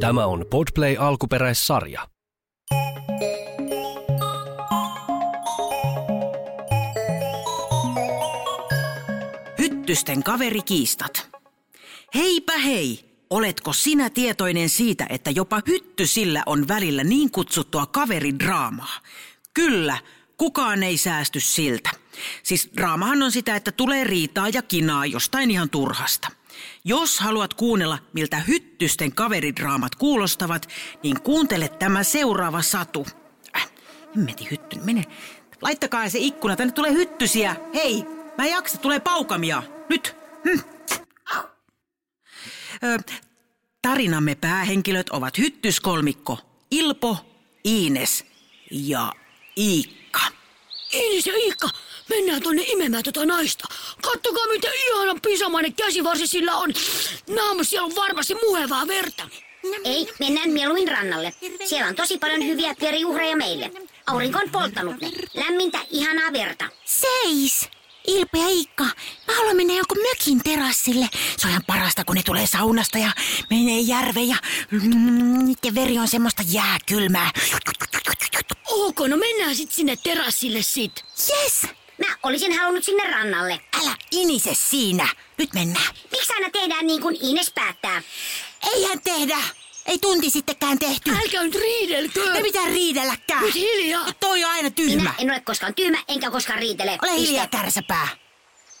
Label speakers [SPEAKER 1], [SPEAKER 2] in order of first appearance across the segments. [SPEAKER 1] Tämä on Podplay alkuperäissarja.
[SPEAKER 2] Hyttysten kaverikiistat. Heipä hei! Oletko sinä tietoinen siitä, että jopa hyttysillä on välillä niin kutsuttua kaveridraamaa? Kyllä, kukaan ei säästy siltä. Siis draamahan on sitä, että tulee riitaa ja kinaa jostain ihan turhasta. Jos haluat kuunnella, miltä hyttysten kaveridraamat kuulostavat, niin kuuntele tämä seuraava satu. Äh, hemmeti hyttynen, mene. Laittakaa se ikkuna, tänne tulee hyttysiä. Hei, mä en jaksa, tulee paukamia. Nyt. Ö, tarinamme päähenkilöt ovat hyttyskolmikko Ilpo, Iines ja Iikka.
[SPEAKER 3] Iinis ja Iikka, mennään tonne imemään tota naista. Kattokaa, miten ihana pisamainen käsivarsi sillä on. Naama siellä on varmasti muhevaa verta.
[SPEAKER 4] Ei, mennään mieluin rannalle. Siellä on tosi paljon hyviä veriuhreja meille. Aurinko on polttanut ne. Lämmintä, ihanaa verta.
[SPEAKER 5] Seis! Ilpo ja Iikka, mä haluan mennä jonkun mökin terassille. Se on ihan parasta, kun ne tulee saunasta ja menee järveen ja mm, niiden veri on semmoista jääkylmää.
[SPEAKER 3] Ok, no mennään sit sinne terassille sit.
[SPEAKER 5] Yes!
[SPEAKER 4] Mä olisin halunnut sinne rannalle.
[SPEAKER 5] Älä inise siinä. Nyt mennään.
[SPEAKER 4] Miksi aina tehdään niin kuin Ines päättää?
[SPEAKER 5] Eihän tehdä. Ei tunti sittenkään tehty.
[SPEAKER 3] Älkää nyt riidelkö.
[SPEAKER 5] Ei mitään riidelläkään.
[SPEAKER 3] Nyt hiljaa.
[SPEAKER 5] Ja toi on aina tyhmä.
[SPEAKER 4] Minä en ole koskaan tyhmä, enkä koskaan riitele.
[SPEAKER 5] Ole hiljaa,
[SPEAKER 4] Piste.
[SPEAKER 5] kärsäpää.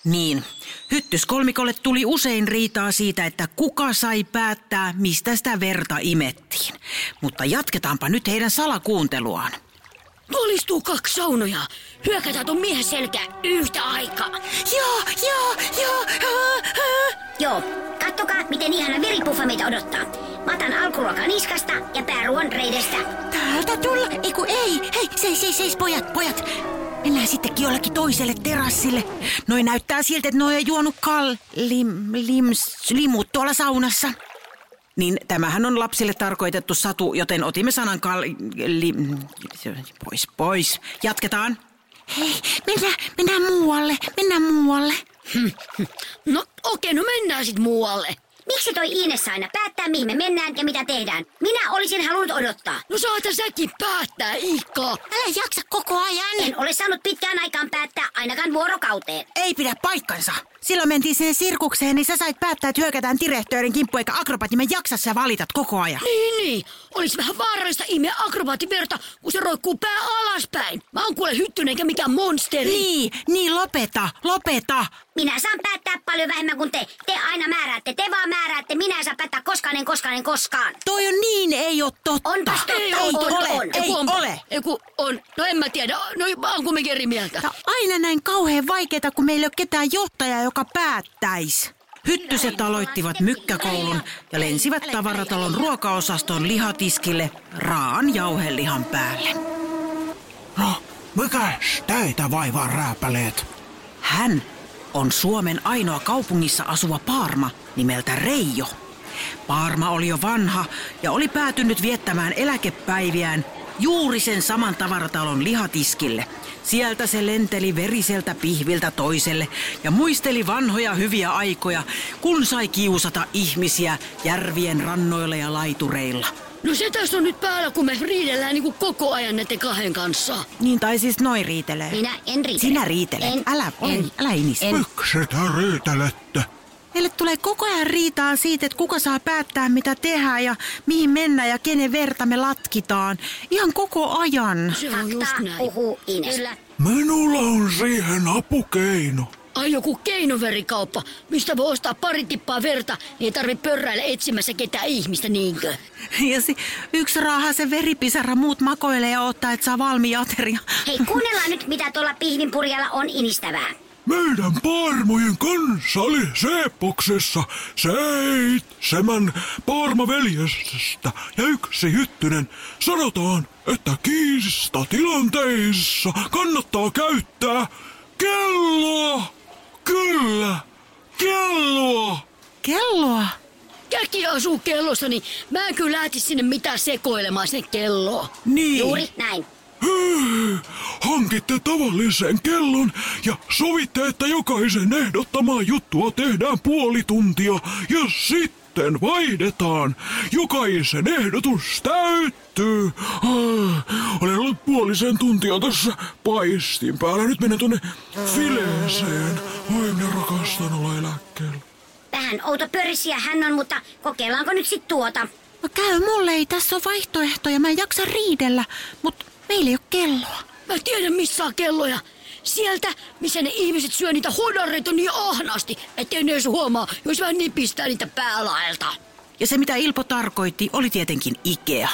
[SPEAKER 2] Niin, hyttyskolmikolle tuli usein riitaa siitä, että kuka sai päättää, mistä sitä verta imettiin. Mutta jatketaanpa nyt heidän salakuunteluaan.
[SPEAKER 3] Tuolla istuu kaksi saunojaa. Hyökätään ton miehen selkää yhtä aikaa.
[SPEAKER 5] Joo, joo, joo. aa, aa.
[SPEAKER 4] Joo, kattokaa, miten ihana veripuffa meitä odottaa. Mä otan alkuruokaa niskasta ja pääruon reidestä.
[SPEAKER 5] Täältä tulla? Ei kun ei. Hei, seis, seis, seis, pojat, pojat. Mennään sittenkin jollekin toiselle terassille.
[SPEAKER 2] Noi näyttää siltä, että noi on juonut kal...
[SPEAKER 5] Lim, lims, limut tuolla saunassa.
[SPEAKER 2] Niin tämähän on lapsille tarkoitettu satu, joten otimme sanan kal... Lim... Pois, pois. Jatketaan.
[SPEAKER 5] Hei, mennään, mennään muualle, mennään muualle.
[SPEAKER 3] No okei, no mennään sit muualle.
[SPEAKER 4] Miksi toi Ines aina päättää, mihin me mennään ja mitä tehdään? Minä olisin halunnut odottaa.
[SPEAKER 3] No saata säkin päättää, Iikka.
[SPEAKER 5] Älä jaksa koko ajan.
[SPEAKER 4] En ole saanut pitkään aikaan päättää ainakaan vuorokauteen.
[SPEAKER 2] Ei pidä paikkansa.
[SPEAKER 5] Silloin mentiin sinne sirkukseen, niin sä sait päättää, että hyökätään direhtöörin kimppu eikä akrobat, niin mä jaksa sä valitat koko ajan.
[SPEAKER 3] Niin, niin. Olisi vähän vaarallista ihmeä akrobaattiverta, kun se roikkuu pää alaspäin. Mä oon kuule hyttynen eikä mikään monsteri.
[SPEAKER 2] Niin, niin lopeta, lopeta.
[SPEAKER 4] Minä saan päättää paljon vähemmän kuin te. Te aina määräätte, te vaan määräätte. Minä en saa päättää koskaan, en koskaan, en koskaan.
[SPEAKER 5] Toi on niin, ei oo totta.
[SPEAKER 4] Onpas totta,
[SPEAKER 3] Ei
[SPEAKER 4] on,
[SPEAKER 3] ole,
[SPEAKER 4] on, on.
[SPEAKER 3] ei
[SPEAKER 5] ei
[SPEAKER 3] onpa.
[SPEAKER 5] ole.
[SPEAKER 3] Ei kun on. No en mä tiedä, no mä oon kumminkin eri mieltä.
[SPEAKER 2] No.
[SPEAKER 5] Tää on aina näin kauhean vaikeeta, kun meillä ei ole ketään johtajaa, joka päättäis.
[SPEAKER 2] Hyttyset aloittivat mykkäkoulun ja lensivät tavaratalon ruokaosaston lihatiskille raan jauhelihan päälle.
[SPEAKER 6] No, mikäs teitä vaivaa rääpäleet?
[SPEAKER 2] Hän on Suomen ainoa kaupungissa asuva Paarma nimeltä Reijo. Paarma oli jo vanha ja oli päätynyt viettämään eläkepäiviään juuri sen saman tavaratalon lihatiskille. Sieltä se lenteli veriseltä pihviltä toiselle ja muisteli vanhoja hyviä aikoja, kun sai kiusata ihmisiä järvien rannoilla ja laitureilla.
[SPEAKER 3] No se tässä on nyt päällä, kun me riidellään niinku koko ajan näiden kahden kanssa.
[SPEAKER 2] Niin tai siis noi riitelee.
[SPEAKER 4] Minä en riitele.
[SPEAKER 2] Sinä riitelet.
[SPEAKER 4] En.
[SPEAKER 2] Älä, en, älä inistä.
[SPEAKER 6] Miksi te riitelette?
[SPEAKER 5] Meille tulee koko ajan riitaa siitä, että kuka saa päättää, mitä tehdään ja mihin mennään ja kenen verta me latkitaan. Ihan koko ajan.
[SPEAKER 3] Se on just
[SPEAKER 4] Fakta
[SPEAKER 3] näin.
[SPEAKER 4] puhuu Ines. Kyllä.
[SPEAKER 6] Minulla on siihen apukeino.
[SPEAKER 3] Ai joku keinoverikauppa, mistä voi ostaa pari tippaa verta, niin ei tarvi pörräillä etsimässä ketään ihmistä niinkö.
[SPEAKER 5] Ja si- yksi raaha se veripisara, muut makoilee ja ottaa, että saa valmiin ateria.
[SPEAKER 4] Hei, kuunnellaan nyt, mitä tuolla pihvinpurjalla on inistävää.
[SPEAKER 2] Niin.
[SPEAKER 6] Meidän paarmojen kanssa oli Seppoksessa seitsemän paarmaveljestä ja yksi hyttynen. Sanotaan, että kiistatilanteissa kannattaa käyttää kelloa. Kyllä, kelloa.
[SPEAKER 5] Kelloa.
[SPEAKER 3] Käki asuu kellossa, niin mä en kyllä lähtis sinne mitään sekoilemaan sinne kelloon.
[SPEAKER 2] Niin.
[SPEAKER 4] Juuri näin.
[SPEAKER 6] Hankitte tavallisen kellon ja sovitte, että jokaisen ehdottamaa juttua tehdään puoli tuntia ja sitten sitten vaihdetaan. Jokaisen ehdotus täyttyy. Ah, Olen ollut puolisen tuntia tässä paistin päällä. Nyt menen tuonne fileeseen. Oi, minä rakastan olla eläkkeellä.
[SPEAKER 4] Vähän outo pörssiä hän on, mutta kokeillaanko nyt sit tuota?
[SPEAKER 5] No käy mulle, ei tässä ole vaihtoehtoja. Mä en jaksa riidellä, mutta meillä ei ole kelloa.
[SPEAKER 3] Mä tiedän missä on kelloja. Sieltä, missä ne ihmiset syö niitä hodareita niin ahnaasti, ettei ne edes huomaa, jos vähän nipistää niitä päälaelta.
[SPEAKER 2] Ja se mitä Ilpo tarkoitti oli tietenkin Ikea.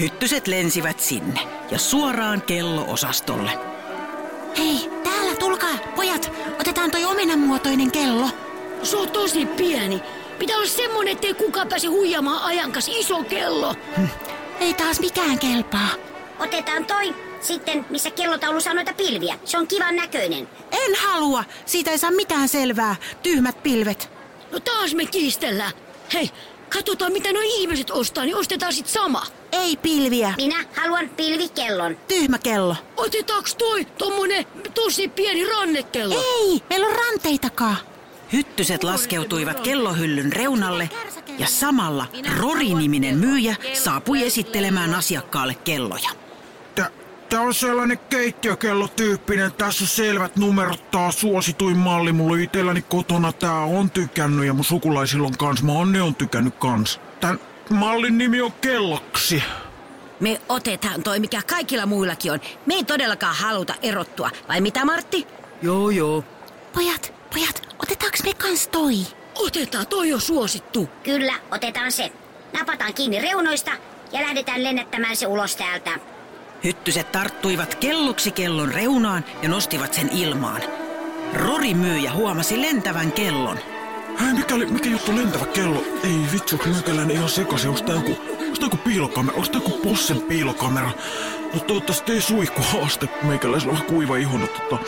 [SPEAKER 2] Hyttyset lensivät sinne ja suoraan kelloosastolle.
[SPEAKER 5] Hei, täällä tulkaa, pojat. Otetaan toi omenamuotoinen kello.
[SPEAKER 3] Se on tosi pieni. Pitää olla semmonen, ettei kukaan pääse huijamaan ajan kanssa iso kello.
[SPEAKER 5] Ei taas mikään kelpaa.
[SPEAKER 4] Otetaan toi sitten, missä kellotaulussa on noita pilviä. Se on kivan näköinen.
[SPEAKER 5] En halua. Siitä ei saa mitään selvää. Tyhmät pilvet.
[SPEAKER 3] No taas me kiistellään. Hei, katsotaan mitä noi ihmiset ostaa, niin ostetaan sit sama.
[SPEAKER 5] Ei pilviä.
[SPEAKER 4] Minä haluan pilvikellon.
[SPEAKER 5] Tyhmä kello.
[SPEAKER 3] Otetaanko toi tommonen tosi pieni rannekello?
[SPEAKER 5] Ei, meillä on ranteitakaan.
[SPEAKER 2] Hyttyset laskeutuivat kellohyllyn reunalle ja samalla Rori-niminen myyjä saapui esittelemään asiakkaalle kelloja.
[SPEAKER 6] Tää, tää on sellainen keittiökellotyyppinen. Tässä on selvät numerot. Tää on suosituin malli. Mulla on itselläni kotona. Tää on tykännyt ja mun sukulaisilla on kans. Mä Anne on tykännyt kans. Tän mallin nimi on kelloksi.
[SPEAKER 7] Me otetaan toi, mikä kaikilla muillakin on. Me ei todellakaan haluta erottua. Vai mitä, Martti?
[SPEAKER 2] Joo joo,
[SPEAKER 5] Pojat, pojat, otetaanko me kans toi?
[SPEAKER 3] Otetaan, toi on suosittu.
[SPEAKER 4] Kyllä, otetaan se. Napataan kiinni reunoista ja lähdetään lennättämään se ulos täältä.
[SPEAKER 2] Hyttyset tarttuivat kelloksi kellon reunaan ja nostivat sen ilmaan. Rorimyyjä huomasi lentävän kellon.
[SPEAKER 6] Hei, mikä, oli, mikä juttu lentävä kello? Ei vitsi, onks meikäläinen ihan sekaisin? Onks tää joku, onks tää joku piilokamera? Onks tää joku possen piilokamera? No toivottavasti ei suihku haaste. Meikäläisellä on vähän kuiva ihon, tota...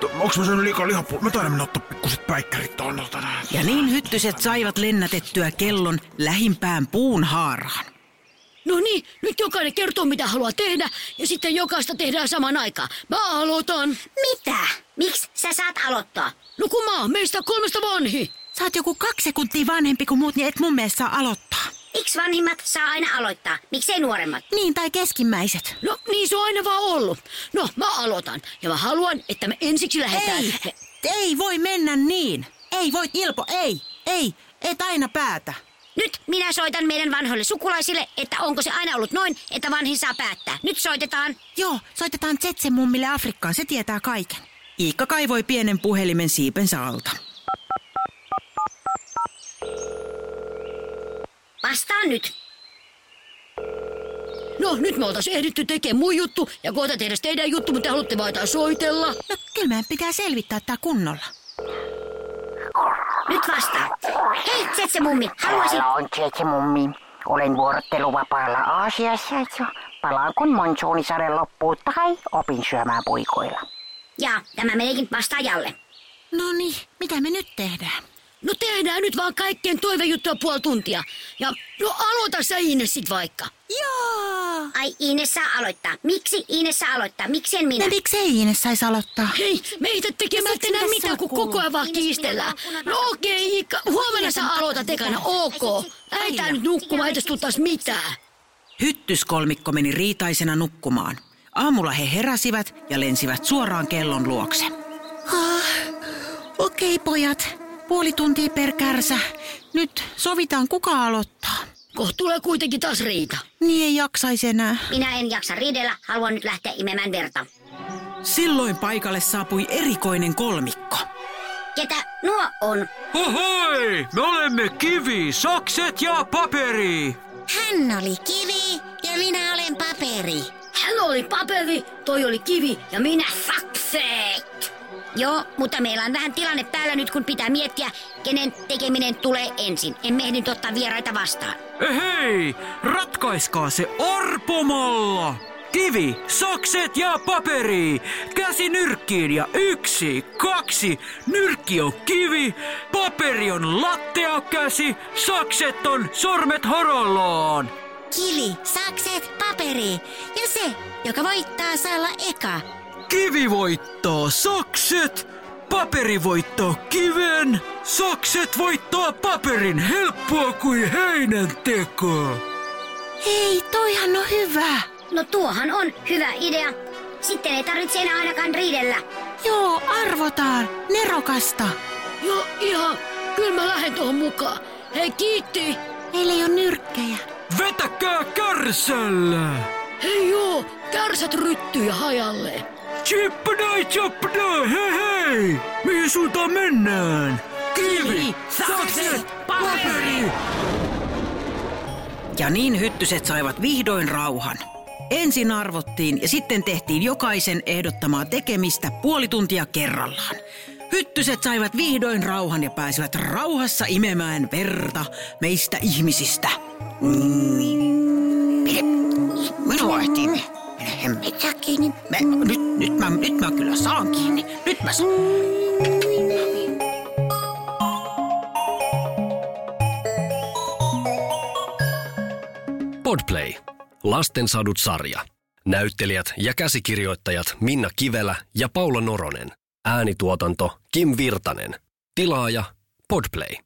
[SPEAKER 6] to- Onks mä syönyt liikaa lihapuolta? Mä taidan mennä ottaa pikkuset päikkärit tuonne tänään.
[SPEAKER 2] Ja niin hyttyset saivat lennätettyä kellon lähimpään puun haaraan.
[SPEAKER 3] No niin, nyt jokainen kertoo mitä haluaa tehdä ja sitten jokaista tehdään saman aikaan. Mä aloitan.
[SPEAKER 4] Mitä? Miksi sä saat aloittaa?
[SPEAKER 3] No kun mä oon meistä kolmesta vanhi.
[SPEAKER 5] Sä oot joku kaksi sekuntia vanhempi kuin muut, niin et mun mielestä saa aloittaa.
[SPEAKER 4] Miksi vanhimmat saa aina aloittaa? Miksei nuoremmat?
[SPEAKER 5] Niin, tai keskimmäiset.
[SPEAKER 3] No niin se on aina vaan ollut. No mä aloitan ja mä haluan, että me ensiksi lähdetään.
[SPEAKER 5] Ei,
[SPEAKER 3] Me-
[SPEAKER 5] ei voi mennä niin. Ei voi, Ilpo, ei, ei, et aina päätä.
[SPEAKER 4] Nyt minä soitan meidän vanhoille sukulaisille, että onko se aina ollut noin, että vanhin saa päättää. Nyt soitetaan.
[SPEAKER 5] Joo, soitetaan Zetse mummille Afrikkaan, se tietää kaiken.
[SPEAKER 2] Iikka kaivoi pienen puhelimen siipensä alta.
[SPEAKER 4] Vastaan nyt.
[SPEAKER 3] No nyt me oltais ehditty tekemään mun juttu ja kohta tehdä teidän juttu, mutta te haluatte vaan jotain soitella.
[SPEAKER 5] No kyllä meidän pitää selvittää tää kunnolla.
[SPEAKER 4] Nyt vastaan. Hei, Tsetse mummi, haluaisin...
[SPEAKER 8] Täällä on Tsetse mummi. Olen vuorotteluvapaalla Aasiassa, ja palaan kun monsuunisade loppuu tai opin syömään puikoilla.
[SPEAKER 4] Ja tämä meneekin vastaajalle.
[SPEAKER 5] No niin, mitä me nyt tehdään?
[SPEAKER 3] No tehdään nyt vaan kaikkien toivejuttuja puoli tuntia. Ja no aloita sä Ines sit vaikka.
[SPEAKER 5] Joo!
[SPEAKER 4] Ai, Ines saa aloittaa. Miksi Ines saa aloittaa? Miksi en minä?
[SPEAKER 5] Ja miksei Ines saisi aloittaa?
[SPEAKER 3] Hei, me ei tekemään
[SPEAKER 5] Siksi
[SPEAKER 3] enää
[SPEAKER 5] tässä
[SPEAKER 3] mitään, kun
[SPEAKER 5] kuuluu?
[SPEAKER 3] koko ajan vaan
[SPEAKER 4] Ihmiset,
[SPEAKER 3] kiistellään.
[SPEAKER 4] minä olen
[SPEAKER 3] No
[SPEAKER 4] kunnon
[SPEAKER 3] okei, Iikka, huomenna sä aloitat ekana, ok. Äitää nyt nukkumaan, ei tässä tuu taas mitään.
[SPEAKER 2] Hyttyskolmikko meni riitaisena nukkumaan. Aamulla he heräsivät ja lensivät suoraan kellon luokse.
[SPEAKER 5] Ah, Okei pojat, puoli tuntia per kärsä. Nyt sovitaan kuka aloittaa.
[SPEAKER 3] Kohta tulee kuitenkin taas riita.
[SPEAKER 5] Niin ei jaksaisi enää.
[SPEAKER 4] Minä en jaksa riidellä, haluan nyt lähteä imemään verta.
[SPEAKER 2] Silloin paikalle saapui erikoinen kolmikko.
[SPEAKER 4] Ketä nuo on?
[SPEAKER 9] Ohoi! Me olemme kivi, sakset ja paperi!
[SPEAKER 8] Hän oli kivi ja minä olen paperi.
[SPEAKER 3] Hän oli paperi, toi oli kivi ja minä
[SPEAKER 4] Sakset! Joo, mutta meillä on vähän tilanne päällä nyt, kun pitää miettiä, kenen tekeminen tulee ensin. Emme ehdi ottaa vieraita vastaan.
[SPEAKER 9] Hei! Ratkaiskaa se orpomalla! Kivi, sakset ja paperi! Käsi nyrkkiin ja yksi, kaksi. Nyrkki on kivi, paperi on lattea käsi, sakset on sormet horollaan.
[SPEAKER 8] Kivi, sakset, paperi. Ja se, joka voittaa, saa olla eka.
[SPEAKER 9] Kivi voittaa sakset, paperi voittaa kiven, Sakset voittaa paperin, helppoa kuin heinän tekoa.
[SPEAKER 5] Hei, toihan on hyvä.
[SPEAKER 4] No tuohan on hyvä idea. Sitten ei tarvitse enää ainakaan riidellä.
[SPEAKER 5] Joo, arvotaan. Nerokasta.
[SPEAKER 3] Joo, ihan. Kyllä mä lähden tuohon mukaan. Hei, kiitti.
[SPEAKER 5] Meillä ei ole nyrkkejä.
[SPEAKER 9] Vetäkää kärsällä!
[SPEAKER 3] Hei joo, kärsät ryttyy hajalle.
[SPEAKER 9] Chipnä, chapnä, hei hei! Mihin suuntaan mennään? Kivi, sakset, paperi!
[SPEAKER 2] Ja niin hyttyset saivat vihdoin rauhan. Ensin arvottiin ja sitten tehtiin jokaisen ehdottamaa tekemistä puoli tuntia kerrallaan. Hyttyset saivat vihdoin rauhan ja pääsivät rauhassa imemään verta meistä ihmisistä.
[SPEAKER 8] Minua et imme. Minä hemmet saa kiinni.
[SPEAKER 2] Me, nyt, nyt, mä, nyt mä kyllä saan kiinni. Nyt mä saan.
[SPEAKER 1] Podplay. Lastensadut sarja. Näyttelijät ja käsikirjoittajat Minna Kivelä ja Paula Noronen. Äänituotanto Kim Virtanen. Tilaaja Podplay.